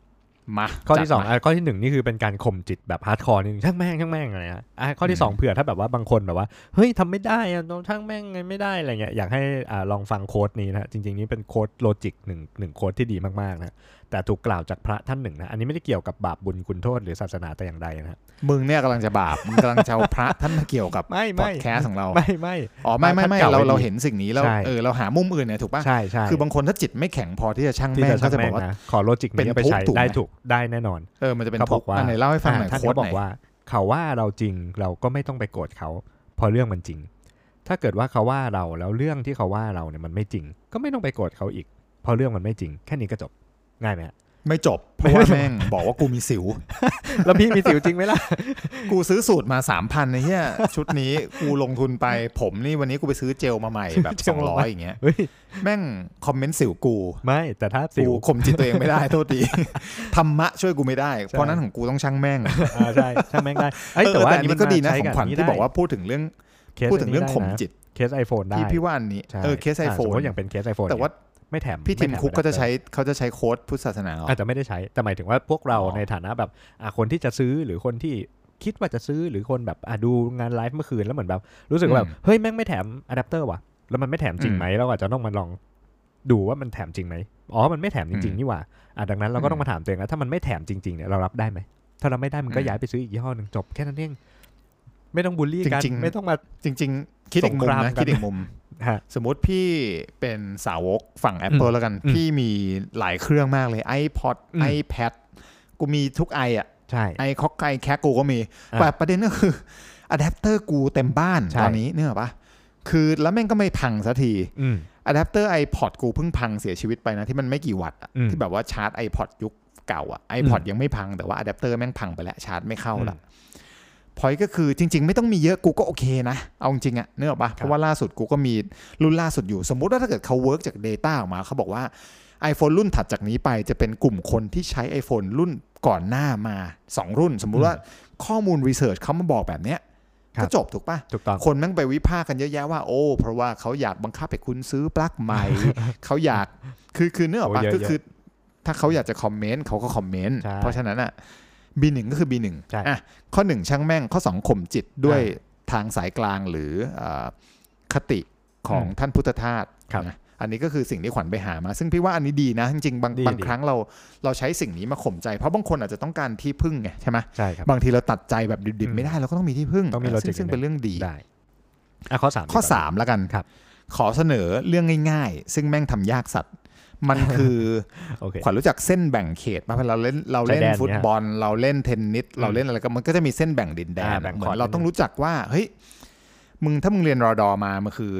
S3: มา
S2: ข้อที่สอง
S3: จัดมา
S2: อ่ะข้อที่หนึ่งนี่คือเป็นการข่มจิตแบบฮาร์ดคอร์นิดนึงช่างแม่งช่างแม่งอะไรนะอ่ะข้อที่สองเผื่อถ้าแบบว่าบางคนแบบว่าเฮ้ยทำไม่ได้อ่ะน้องช่างแม่งไงไม่ได้อะไรเงี้ยอยากให้อ่าลองฟังโค้ดนี้นะฮะจริง ๆ นี่เป็นโค้ดโลจิกหนึ่งหนึ่งโค้ดที่ดีมากๆนะแต่ถูกกล่าวจากพระท่านหนึ่งนะอันนี้ไม่ได้เกี่ยวกับบาปบุญคุณโทษหรือศาสนาแต่อย่างใดนะฮะ
S3: มึงเนี่ยกำลังจะบาปมึงกำลังจะเอาพระท่านมาเกี่ยวกับ
S2: ไม่
S3: พอ
S2: ไม่
S3: ดแคสต์ของเรา
S2: ไม่ไม่
S3: อ๋อไม่ไม่
S2: ท่าน
S3: ไม่
S2: เก่า
S3: เรา
S2: ไม่ดี
S3: เราเห็นสิ่งนี้แล้ว
S2: ใช่
S3: เออเราหามุมอื่นเนี่ยถูกป่ะ
S2: ใช่ใช่
S3: คือบางคนถ้าจิตไม่แข็งพอที่จะช่าง
S2: ที่
S3: แม่ง
S2: จะ
S3: ก็
S2: ช่าง
S3: จะบ
S2: แม่
S3: องกว่า
S2: นะขอโลจิก
S3: เป็น
S2: นี้เอาไปใช้
S3: ทุกข์ถูก
S2: ได้ถูกได้
S3: ไหม
S2: แน่นอน
S3: เออมันจะเป็น
S2: เขาบอ
S3: ทุ
S2: ก
S3: กข์
S2: ว่า
S3: อันไหนเล่าให้ฟังหน่อย
S2: อ่าท่าน
S3: โค้
S2: ก็
S3: ด
S2: บ
S3: ไห
S2: อน กว่าเขาว่าเราจริงเราก็ไม่ต้องไปโกรธเขาเพอเรื่องมันจริง ถ้าเกิดว่าเขาว่าเราแล้วเรื่องที่เขาว่าเราเนี่ยมันไม่จริง ก็ไม่ต้องไปโกรธเขาอีกเพอเรื่องมันไม่จริง แค่นี้ก็จบง่ายไหมฮะ
S3: ไม่จ บ เพราะว่าแม่งบอกว่ากูมีสิว
S2: แล้วพี่มีสิวจริงไหมล่ะ
S3: กูซื้อสูตรมาสามพันในเฮียชุดนี้กูลงทุนไปผมนี่วันนี้กูไปซื้อเจลมาใหม่แบบ
S2: เจล
S3: สอง
S2: มา
S3: ร้
S2: ใหม่
S3: อยอย่างเงี้ย
S2: เฮ้ย
S3: แม่งคอมเมนต์สิวกู
S2: ไม่แต่ถ้าสิ
S3: กู
S2: ว
S3: ข่มจิตตัวเองไม่ได้โทษที ธรรมะช่วยกูไม่ได้
S2: ใช่
S3: เพราะนั้นของกูต้องช่างแม่ง
S2: อ่าใช่ช่างแม่งได้เอ้ย
S3: เอ
S2: แต่
S3: อ
S2: ว่า
S3: แต่อันนี้ก็ดี
S2: มั
S3: นะ
S2: ใช้
S3: ของขวัญที่บอกว่าพูดถึงเรื่อง
S2: เคส
S3: พูดถึงเรื่องข่มจิต
S2: เคสไอโฟนได้
S3: พี่พี่ว่าอันนี้
S2: ใช่
S3: เออเคสไอโฟ
S2: าสม
S3: น
S2: มติอย่างเป็นเคสไอโฟน
S3: แต่ว่า
S2: ไม่แถม
S3: พี่ทีม
S2: ไแถ
S3: คุกก็จะ
S2: อดปตอร์
S3: ใช้เขาจะใช้โค้ดพุทธศาสนาเหรอ
S2: อาจจะไม่ได้ใช้ แต่หมายถึงว่าพวกเรา
S3: อ๋อ
S2: ในฐานะแบบอ่ะคนที่จะซื้อหรือคนที่คิดว่าจะซื้อหรือคนแบบอ่ะดูงานไลฟ์เมื่อคืนแล้วเหมือนแบบ รู้สึกว่าแบบ
S3: อืม
S2: เฮ้ยแม่งไม่แถมอะแดปเตอร์ว่ะ แล้วมันไม่แถมจริง
S3: อืม
S2: ไหมเราอาจจะต้องมาลองดูว่ามันแถมจริงไหมอ๋อมันไม่แถมจริง
S3: อืม
S2: ๆนี่หว่าอ่ะดังนั้นเราก็ต้อง
S3: อืม
S2: มาถามตัวเองแล้วถ้ามันไม่แถมจริงๆเนี่ยเรารับได้ไหมถ้าเราไม่ได้มันก็
S3: อืม
S2: ย้ายไปซื้ออีกยี่ห้อหนึ่งจบแค่นั้นเองไม่ต้องบูลลี่กัน
S3: จริงๆ
S2: ไม่ต้องมา
S3: จริง ๆ คิดอีก
S2: ส
S3: มุม
S2: งครามกั
S3: นะ
S2: น
S3: คิดอีกมุม
S2: ฮะ
S3: สมมติพี่เป็นสาวกฝั่ง Apple แล้วกัน
S2: อืม
S3: พี่มีหลายเครื่องมากเลย iPod
S2: อืม
S3: iPad กูมีทุกไออะ
S2: ใช่
S3: ไอคอกไอแคกูก็มี
S2: อ่ะ
S3: แต่ประเด็นก็คืออะแดปเตอร์กูเต็มบ้าน
S2: ใช่
S3: ตอนนี้เนกอะปะคือแล้วแม่งก็ไม่พังสักที
S2: อืม
S3: ไอ อะแดปเตอร์ iPod กูเพิ่งพังเสียชีวิตไปนะ ที่มันไม่กี่วัตต์อะ
S2: อืม
S3: ที่แบบว่าชาร์จ iPod ยุคเก่าอะ iPod ยังไม่พังแต่ว่าอะแดปเตอร์แม่งพังไปแล้วชาร์จไม่เข้าละพอยก็คือจริง ๆ ไม่ต้องมีเยอะกูก็โอเคนะ เอาจริงๆอะเนื้ออกปะเพราะว่าล่าสุดกูก็มีรุ่นล่าสุดอยู่ สมมุติว่าถ้าเกิดเขาเวิร์กจาก Data ออกมาเขาบอกว่า iPhone รุ่นถัดจากนี้ไปจะเป็นกลุ่มคนที่ใช้ iPhone รุ่นก่อนหน้ามา 2 รุ่น สมมุติว่าข้อมูลรีเสิร์ชเขามาบอกแบบเนี้ย
S2: ครั
S3: ก็
S2: บ
S3: จบถูกปะ
S2: ถูกต้อง
S3: คนแม่งไปวิพากษ์กันเยอะแยะว่าโอ้ เพราะว่าเขาอยากบังคับให้คุณซื้อปลั๊กใหม่ เขาอยากคือคือเนื้อออกปะ
S2: โอ้เยอะ
S3: คือคือ ถ้าเขาอยากจะคอมเมนต์เขาก็คอมเมนต์
S2: ใช่
S3: เพราะฉะนั้นอ่ะ B1 ก็คือ B1
S2: ใช่
S3: อ่ะข้อ 1 ช่างแม่งข้อ 2 ข่มจิตด้วยทางสายกลางหรือเอ่อคติของ
S2: อืม
S3: ท่านพุทธทาส
S2: ครับ
S3: นะอันนี้ก็คือสิ่งที่ขวัญไปหามา ซึ่งพี่ว่าอันนี้ดีนะ จริงๆบาง
S2: ดี
S3: บาง
S2: ดี
S3: ครั้งเราเราใช้สิ่งนี้มาข่มใจ เพราะบางคนอาจจะต้องการที่พึ่งไงใช่ไหม
S2: ใช่ครับ
S3: บางทีเราตัดใจแบบดิบ
S2: อื
S3: ๆ
S2: ม
S3: ไม่ได้เราก็ต้องมีที่พึ่ง
S2: ต้องมี logic
S3: ซึ่ซึ่ง
S2: อยู่ใน
S3: เป็นเรื่องดี
S2: ได้อ่ะข้อสาม
S3: ข้อ
S2: ดีกว่
S3: 3 แล้วกัน
S2: ครับ
S3: ขอเสนอเรื่องง่ายๆ ซึ่งแม่งทำยากสัตว์ มันคือ
S2: โอเค
S3: ขวัญรู้จักเส้นแบ่งเขตป่ะเราเล่นเราเล่
S2: ชาย
S3: น
S2: แดน
S3: ฟุตบอล เราเล่นเทนนิสเราเล่นอะไรก็มันก็จะมีเส้นแบ่งดินแดน
S2: อ่าแบ่ง
S3: เหมื
S2: ขอ
S3: อบ นเราต้องรู้จักว่าเฮ้ยมึงถ้ามึงเรียนรอดอมามันคือ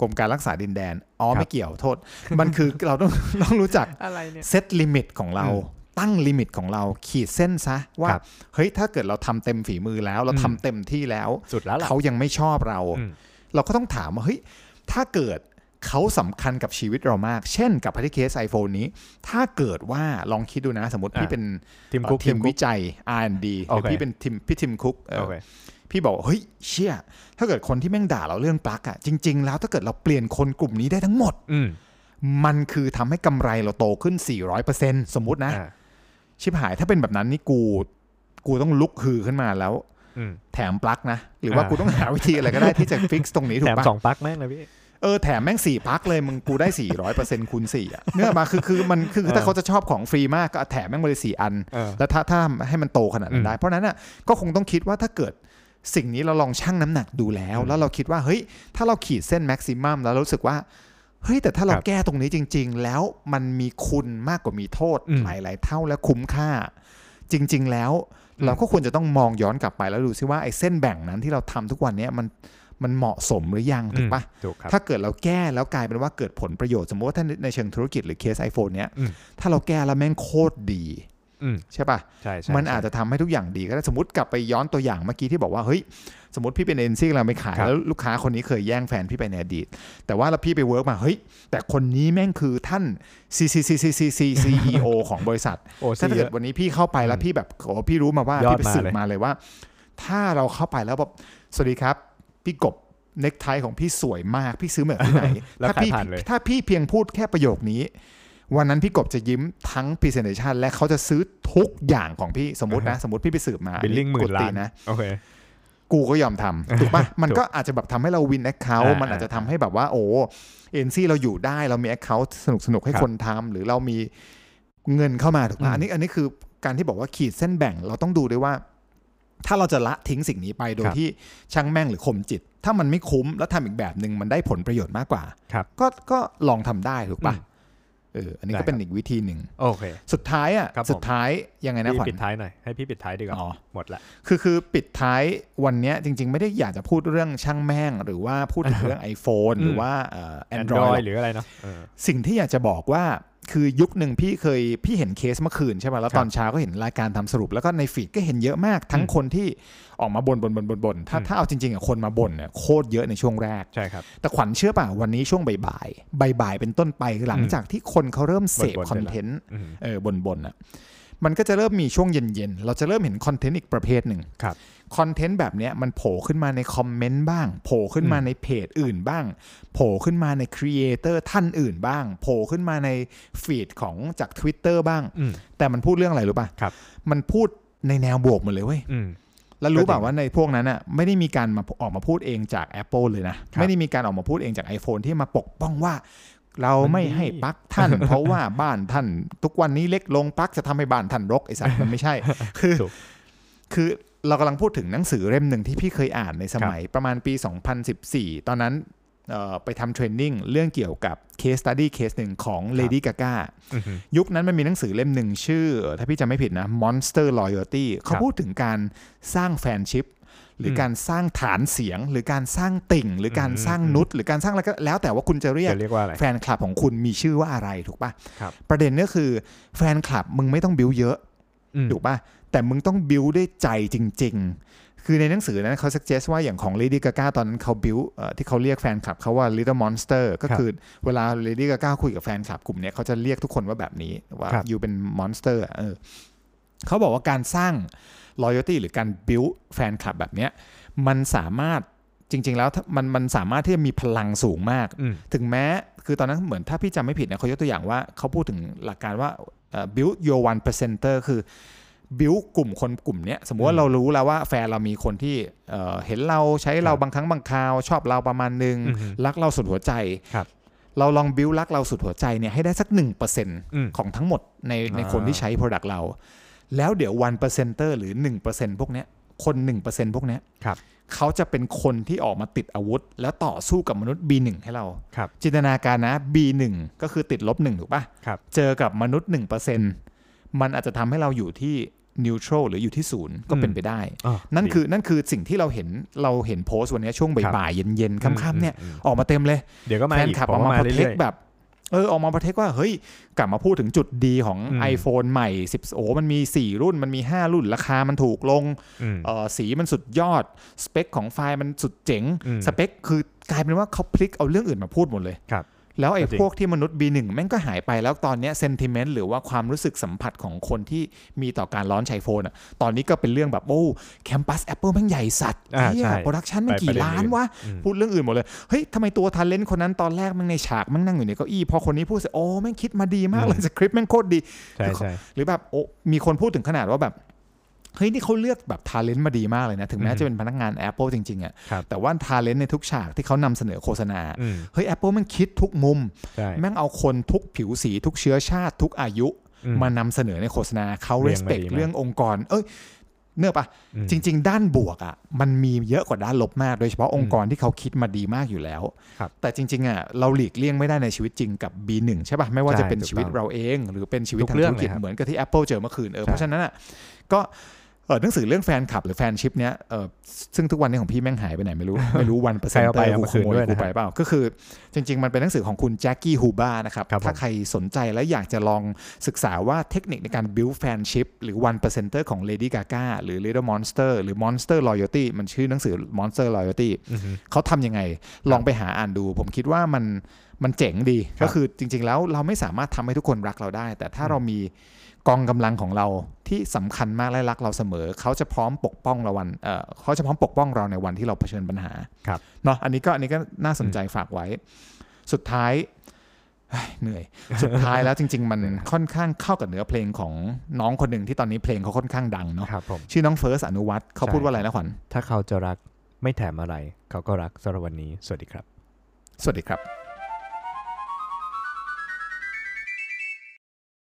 S3: กรมการรักษาดินแดนอ๋อ
S2: ครับ
S3: ไม่เกี่ยวโทษ มันคือ เราต้องต้องรู้จัก
S2: อะไรเนี่ย
S3: เซตลิมิตของเรา
S2: อื
S3: ตั้งลิมิตของเราขีดเส้นซะว่า
S2: ครับ
S3: เฮ้ยถ้าเกิดเราทำเต็มฝีมือแล้ว เรา
S2: อืม
S3: ทำเต็มที่แล้ว
S2: สุดแล้วล่ะ
S3: เขายังไม่ชอบเรา
S2: อืม
S3: เราก็ต้องถามว่าเฮ้ยถ้าเกิดเขาสำคัญกับชีวิตเรามาก เช่นกับพัทเคส iPhone นี้ ถ้าเกิดว่าลองคิดดูนะ สมมติพี่
S2: อ่ะ
S3: เป็น
S2: ทีม
S3: เอ่อ
S2: คุก
S3: ที
S2: ทีม
S3: ม
S2: คุ
S3: วิ
S2: ก
S3: จัย R&D หรือ
S2: โอเค
S3: พี่เป็นทีมพี่ทีมคุกเอ่อ
S2: โอเค
S3: พี่บอกว่าเฮ้ยเชี่ย ถ้าเกิดคนที่แม่งด่าเราเรื่องปลั๊กอะจริง ๆ แล้วถ้าเกิดเราเปลี่ยนคนกลุ่มนี้ได้ทั้งหมด
S2: อืม
S3: มันคือทำให้กำไรเราโตขึ้น 400%สมมุตินะ
S2: อ่า
S3: ชิบหายถ้าเป็นแบบนั้นนี่กูกูต้องลุกฮือขึ้นมาแล้ว
S2: อืม
S3: แถมปลั๊กนะ หรือว่า
S2: อ่า
S3: กูต้องหาวิธีอะไรก็ได้ที่จะฟิกตรงนี้ถู
S2: แถ
S3: ก
S2: ม
S3: ปะ
S2: สองปลั๊กแม่งเลยพี่
S3: เออแถมแม่งสี่พักเลยมึงกูได้สี่ร้อยเปอร์เซ็นต์คูณสี่อ่ะเนื้อมาคือคือมันคือคือ
S2: เอ
S3: ถ้า
S2: อ
S3: เขาจะชอบของฟรีมากก็แถมแม่งไปเลยสี่อัน
S2: เออ
S3: แล้วถ้าถ้าให้มันโตขนาดนั้
S2: อื
S3: น
S2: ม
S3: ได้ เพราะฉะนั้นอ่ะก็คงต้องคิดว่าถ้าเกิดสิ่งนี้เราลองชั่งน้ำหนักดูแล้ว
S2: อืม
S3: แล้วเราคิดว่าเฮ้ยถ้าเราขีดเส้นแม็กซิมัมแล้วรู้สึกว่าเฮ้ยแต่ถ้าเรา
S2: ครับ
S3: แก้ตรงนี้จริง ๆ แล้วมันมีคุณมากกว่ามีโทษ
S2: อืม
S3: หลายๆเท่าและคุ้มค่า จริง ๆ แล้ว เราก็ควรจะต้องมองย้อนกลับไปแล้วดูซิว่าไอ้เส้นแบ่งนั้นที่เราทำทุกวันเนี้ยมันมันเหมาะสมหรือยังถูกปะ
S2: อืม ถูกครับ
S3: ถ้าเกิดเราแก้แล้วกลายเป็นว่าเกิดผลประโยชน์ สมมติว่าถ้าในเชิงธุรกิจหรือเคส iPhone เนี้ย
S2: อืม
S3: ถ้าเราแก้แล้วแม่งโคตรดี
S2: อืม
S3: ใช่ปะ
S2: ใช่ใช่
S3: มันอาจ
S2: ใช่
S3: จะทำให้ทุกอย่างดีก็ได้สมมติกลับไปย้อนตัวอย่างเมื่อกี้ที่บอกว่าเฮ้ยสมมติพี่เป็นเอ็นซี่เราไปขาย
S2: ครับ
S3: แล้วลูกค้าคนนี้เคยแย่งแฟนพี่ไปในอดีต แต่ว่าแล้วพี่ไปเวิร์กมาเฮ้ยแต่คนนี้แม่งคือท่าน C C C C C C C E O ของบริษัท
S2: โอ้
S3: ถ้า
S2: เย
S3: เกิ
S2: อะ
S3: ดวันนี้พี่เข้าไปแล้วพี่แบบโอ้พี่รู้มาว่าย
S2: อด
S3: พี่ไปสืบ
S2: มาเลย
S3: มาเลยว่า ถ้าเราเข้าไปแล้วแบบสวัสดีครับ พี่กบเน็กไทของพี่สวยมาก พี่ซื้อมาจากที่ไหน
S2: แล้ว
S3: ถ้า
S2: ขาย
S3: พี่
S2: ผ่านเลย
S3: ถ้าพี่เพียงพูดแค่ประโยคนี้ วันนั้นพี่กบจะยิ้มทั้ง presentation และเขาจะซื้อทุกอย่างของพี่สมมตินะ สมมติพี่ไปสืบมา
S2: บิลลิ่งหมื่นล้าน
S3: กูตีนะ
S2: โอเค
S3: กูก็ยอมทำถูกปะ มัน
S2: ถูก
S3: ก็อาจจะแบบทำให้เราวินแอคเคาท์
S2: อ่ามั
S3: มันอาจจะทำให้แบบว่า โอ้เอ็นซี่เราอยู่ได้เรามีแอคเคาท์สนุกสนุกๆให้
S2: ครับ
S3: คนทำหรือเรามีเงินเข้ามาถูก
S2: อื
S3: ปะ
S2: ม
S3: อันนี้อันนี้คือการที่บอกว่าขีดเส้นแบ่งเราต้องดูด้วยว่า ถ้าเราจะละทิ้งสิ่งนี้ไปโดย
S2: ครับ
S3: ที่ช่างแม่งหรือข่มจิต ถ้ามันไม่คุ้มแล้วทำอีกแบบหนึ่งมันได้ผลประโยชน์มากกว่า
S2: ครับ
S3: ก็ก็ลองทำได้ถูกปะ
S2: อืม
S3: เอออันนี้
S2: ได้
S3: ก็เป็น
S2: ครับ
S3: อีกวิธีหนึ่ง
S2: โอเค
S3: สุดท้ายอ่ะ
S2: ครับผม
S3: สุดท้ายยังไงนะขวั
S2: พี่
S3: ญ
S2: ปิดท้ายหน่อยให้พี่ปิดท้ายดีกว่า
S3: อ๋อ
S2: หมดละ
S3: คือคือปิดท้ายวันเนี้ยจริง ๆ ไม่ได้อยากจะพูดเรื่องช่างแม่ง หรือว่าพูดถึงเรื่อง iPhone
S2: อืม
S3: หรือว่าแอนดรอย
S2: Android
S3: ห
S2: ห
S3: รอก
S2: รืออะไรเนาะเออ
S3: สิ่งที่อยากจะบอกว่าคือยุคหนึ่งพี่เคยพี่เห็นเคสเมื่อคืนใช่ไหมแล้
S2: ค
S3: ว
S2: รับ
S3: ตอนเช้าก็เห็นรายการทำสรุป แล้วก็ในฟีดก็เห็นเยอะมากทั้ง
S2: อืม
S3: คนที่ออกมาบนบนบนบนบนถ้า
S2: อืม
S3: ถ้าเอาจริงๆอ่ะคนมาบนเนี่ยโคตรเยอะในช่วงแรก
S2: ใช่ครับ
S3: แต่ขวัญเชื่อป่ะวันนี้ช่วงบ่ายๆบ่ายๆเป็นต้นไปหลัง
S2: อืม
S3: จากที่คนเขาเริ่มเสพ
S2: บ่นๆ
S3: คอน
S2: ไปละ
S3: เทนต์
S2: อืม
S3: เออบนบนอ่ะมันก็จะเริ่มมีช่วงเย็นๆ เราจะเริ่มเห็นคอนเทนต์อีกประเภทหนึ่ง
S2: ครับ
S3: คอนเทนต์แบบเนี้ยมันโผล่ขึ้นมาในคอมเมนต์บ้างโผล่ขึ้นมา
S2: อืม
S3: ในเพจอื่นบ้าง โผล่ขึ้นมาในครีเอเตอร์ท่านอื่นบ้างโผล่ขึ้นมาในฟีดของจาก Twitter บ้าง
S2: อืม
S3: แต่มันพูดเรื่องอะไรรู้ป่ะ
S2: ครับ
S3: มันพูดในแนวบวกหมดเลยเว้ย
S2: อืม
S3: แล้วรู้เปล่า
S2: ก็จริง
S3: ว่าในพวกนั้นอ่ะไม่ได้มีการมาออกมาพูดเองจาก Apple เลยนะ
S2: ครับ
S3: ไม่ได้มีการออกมาพูดเองจาก iPhone ที่มาปกป้องว่า เราไม่
S2: มันดี
S3: ให้ปลั๊ก ท่าน เพราะว่าบ้านท่านทุกวันนี้เล็กลงปลั๊กจะทำให้บ้านท่านรกไอ้สัต ว์มันไม่ใช่ คือ
S2: ถูก
S3: คือเรากำลังพูดถึงหนังสือเล่มหนึ่งที่พี่เคยอ่านในสมัยประมาณปี 2014 ตอนนั้นเอ่อไปทำเทรนนิ่งเรื่องเกี่ยวกับเคสตัดดี้เคสหนึ่งของ Lady Gaga
S2: อือหือ
S3: ยุคนั้นมันมีหนังสือเล่มหนึ่งชื่อ ถ้าพี่จำไม่ผิดนะ Monster Loyalty เขา
S2: ครับ
S3: พูดถึงการสร้างแฟนชิพ หรืออ
S2: ม
S3: การสร้างฐานเสียง หรือการสร้างติ่ง หรือการ
S2: อืม
S3: สร้างนุชหรือการสร้างอะไรก็แล้วแต่ว่าคุณจะเรียก
S2: จะเรียกว่าอะไร
S3: แฟนคลับของคุณมีชื่อว่าอะไรถูกปะ
S2: ครับ
S3: ประเด็นก็คือแฟนคลับมึงไม่ต้องบิวเยอะ
S2: อืม
S3: ถูกป่ะ แต่มึงต้องบิวด้วยใจจริง ๆ คือในหนังสือนั้นเขา suggest ว่าอย่างของ Lady Gaga ตอนนั้นเขาบิวเอ่อที่เขาเรียกแฟนคลับเขาว่า Little Monster ก็คือเวลา Lady Gaga คุยกับแฟนคลับกลุ่มเนี้ยเขาจะเรียกทุกคนว่าแบบนี้ว่า
S2: ครับ
S3: you เป็น monster อะเออเขาบอกว่าการสร้าง loyalty หรือการบิวแฟนคลับแบบเนี้ยมันสามารถจริง ๆ แล้วถ้ามันมันสามารถที่จะมีพลังสูงมาก
S2: อืม
S3: ถึงแม้คือตอนนั้นเหมือนถ้าพี่จำไม่ผิดนะเขายกตัวอย่างว่าเขาพูดถึงหลักการว่าเอ่อ build your one percenter คือ build กลุ่มคนกลุ่มเนี้ยสมมติ
S2: อื
S3: ว่าม เรารู้แล้วว่าแฟนเรามีคนที่เอ่อเห็นเราใช้เรา
S2: ครับ
S3: บางครั้งบางคราว ชอบเราประมาณหนึง
S2: อือฮึ
S3: รักเราสุดหัวใจ
S2: ครับ
S3: เราลอง build รักเราสุดหัวใจเนี่ยให้ได้สัก
S2: อืม
S3: 1%ของทั้งหมดในใน
S2: อ่า
S3: คนที่ใช้ product เรา แล้วเดี๋ยว one percenter หรือ 1%พวกเนี้ยคน 1%พวกเนี้ย
S2: ครับ
S3: เขาจะเป็นคนที่ออกมาติดอาวุธ แล้วต่อสู้กับมนุษย์ B1 ให้เรา
S2: ครับ
S3: จินตนาการนะ B1 ก็คือติดลบ1ถูกปะ
S2: ครับ
S3: เจอกับมนุษย์ 1%มันอาจจะทำให้เราอยู่ที่นิวทรัลหรืออยู่ที่ศูนย์ก็เป็นไปได้
S2: อ่ะ
S3: นั่น
S2: ดี
S3: คือนั่นคือสิ่งที่เราเห็นเราเห็นโพสต์วันนี้ช่วง
S2: ครับ
S3: บ่ายๆเย็นๆค่ำๆเนี่ย
S2: อืม
S3: ออกมาเต็มเลย
S2: เดี๋ยวก็มา
S3: แฟน
S2: อีก
S3: คลับ
S2: ผ
S3: ออก
S2: ก็
S3: มา
S2: มา
S3: โปรเท
S2: เรื่
S3: ค
S2: อย
S3: แบบ เออออกมาโปรเทคว่าเฮ้ยกลับมาพูดถึงจุดดีของ
S2: อืม
S3: iPhone ใหม่ 10 โอ้มันมี 4 รุ่นมันมี 5 รุ่นราคามันถูกลง
S2: ๆอืม
S3: เอ่อสีมันสุดยอด สเปคของไฟล์มันสุดเจ๋ง
S2: อืม
S3: สเปคคือกลายเป็นว่าเขาพลิกเอาเรื่องอื่นมาพูดหมดเลย
S2: ครับ
S3: แล้วไอ้
S2: ก็จริง
S3: พวกที่มนุษย์ B1 แม่งก็หายไปแล้วตอนเนี้ยเซนติเมนต์หรือว่าความรู้สึกสัมผัสของคนที่มีต่อการร้อนใช้โฟนอ่ะตอนนี้ก็เป็นเรื่องแบบโอ้แคมปัสแอปเปิลแม่งใหญ่สัตว์
S2: อ่า
S3: เฮีย
S2: ใช่
S3: โปรดักชันมัน
S2: ไป
S3: กี่ล้านวะ
S2: อืม
S3: พูดเรื่องอื่นหมดเลย เฮ้ยทำไมตัวทันเลนคนนั้นตอนแรกแม่งในฉากแม่งนั่งอยู่ในเก้าอี้พอคนนี้พูดเสร็จโอ้แม่งคิดมาดีมากเลยสคริปต์แม่งโคตรดี
S2: ใช่ใช่
S3: หรือแบบโอ้มีคนพูดถึงขนาดว่าแบบ เฮ้ย นี่เขาเลือกแบบทาเลนต์มาดีมากเลยนะ ถึงแม้
S2: อือฮึ
S3: จะเป็นพนักงาน Apple จริง ๆอะ
S2: ครับ
S3: แต่ว่าทาเลนต์ในทุกฉากที่เขานำเสนอโฆษณา
S2: อืม
S3: เฮ้ย Apple มันคิดทุกมุม
S2: ใช่
S3: แม่งเอาคนทุกผิวสีทุกเชื้อชาติทุกอายุ
S2: อืม
S3: มานำเสนอในโฆษณาเขา
S2: เรียงมา
S3: respect
S2: ดีมาก
S3: เรื่ององค์กร เอ้ยเนื้อะปะ
S2: อืม
S3: จริง ๆ ด้านบวกอะมันมีเยอะกว่าด้านลบมาก โดยเฉพาะองค์กรที่เขาคิดมาดีมากอยู่แล้ว
S2: ครับ
S3: แต่จริงๆอะเราหลีกเลี่ยงไม่ได้ในชีวิตจริงกับ B1 ใช่ปะไม่ว่า
S2: ใช่
S3: จะเป็น
S2: ถูก
S3: ชีวิต
S2: ต้อง
S3: เราเอง หรือเป็นชีวิต
S2: ทุ
S3: ทาก ง
S2: เรื่อง
S3: ธุรกิจ
S2: เลยครับ
S3: เหมือนกับที่ Apple เจอเมื่อคืนเออ
S2: ใช่
S3: เพราะฉะนั้นอะก็เออหนังสือเรื่องแฟนคลับหรือแฟนชิพเนี้ยเออซึ่งทุกวันนี้ของพี่แม่งหายไปไหน ไม่รู้ ไม่รู้วันเปอร์
S2: ใคร
S3: เซ็นต์
S2: เอาไปเอา
S3: กู
S2: มา
S3: ข
S2: คืน
S3: โม
S2: ด้วย ยนะ
S3: กูไปเปล่าก็คือ จริง ๆ มันเป็นหนังสือของคุณแจ็คกี้ฮูบ้านะครับ
S2: ครับผม
S3: ถ้าใครสนใจและอยากจะลองศึกษาว่าเทคนิคในการ build fanship หรือ one percenter ของ Lady Gaga หรือ Little Monster หรือ Monster Loyalty มันชื่อหนังสือ Monster Loyalty
S2: อือฮึ
S3: เขาทำยังไง ลองไปหาอ่านดู ผมคิดว่ามันมันเจ๋งดี
S2: ครับ
S3: ก็คือจริง ๆ แล้วเราไม่สามารถทำให้ทุกคนรักเราได้ แต่ถ้า
S2: อืม
S3: เรามีกองกำลังของเราที่สำคัญมากและรักเราเสมอ เขาจะพร้อมปกป้องเราวันเอ่อเขาจะพร้อมปกป้องเราในวันที่เราเผชิญปัญหา เนาะอันนี้ก็อันนี้ก็น่าสนใจฝากไว้ สุดท้ายเฮ้ยเหนื่อย สุดท้ายแล้วจริง ๆ มันค่อนข้างเข้ากับเนื้อเพลงของน้องคนหนึ่งที่ตอนนี้เพลงเขาค่อนข้างดังเนาะ
S2: ครับผม
S3: ชื่อน้องเฟิร์สอนุวัตรเขา
S2: ใช่
S3: พูดว่าอะไรนะขวัญ
S2: ถ้าเขาจะรักไม่แถมอะไร เขาก็รักสำหรับวันนี้ สวัสดีครับ
S3: สวัสดีครับ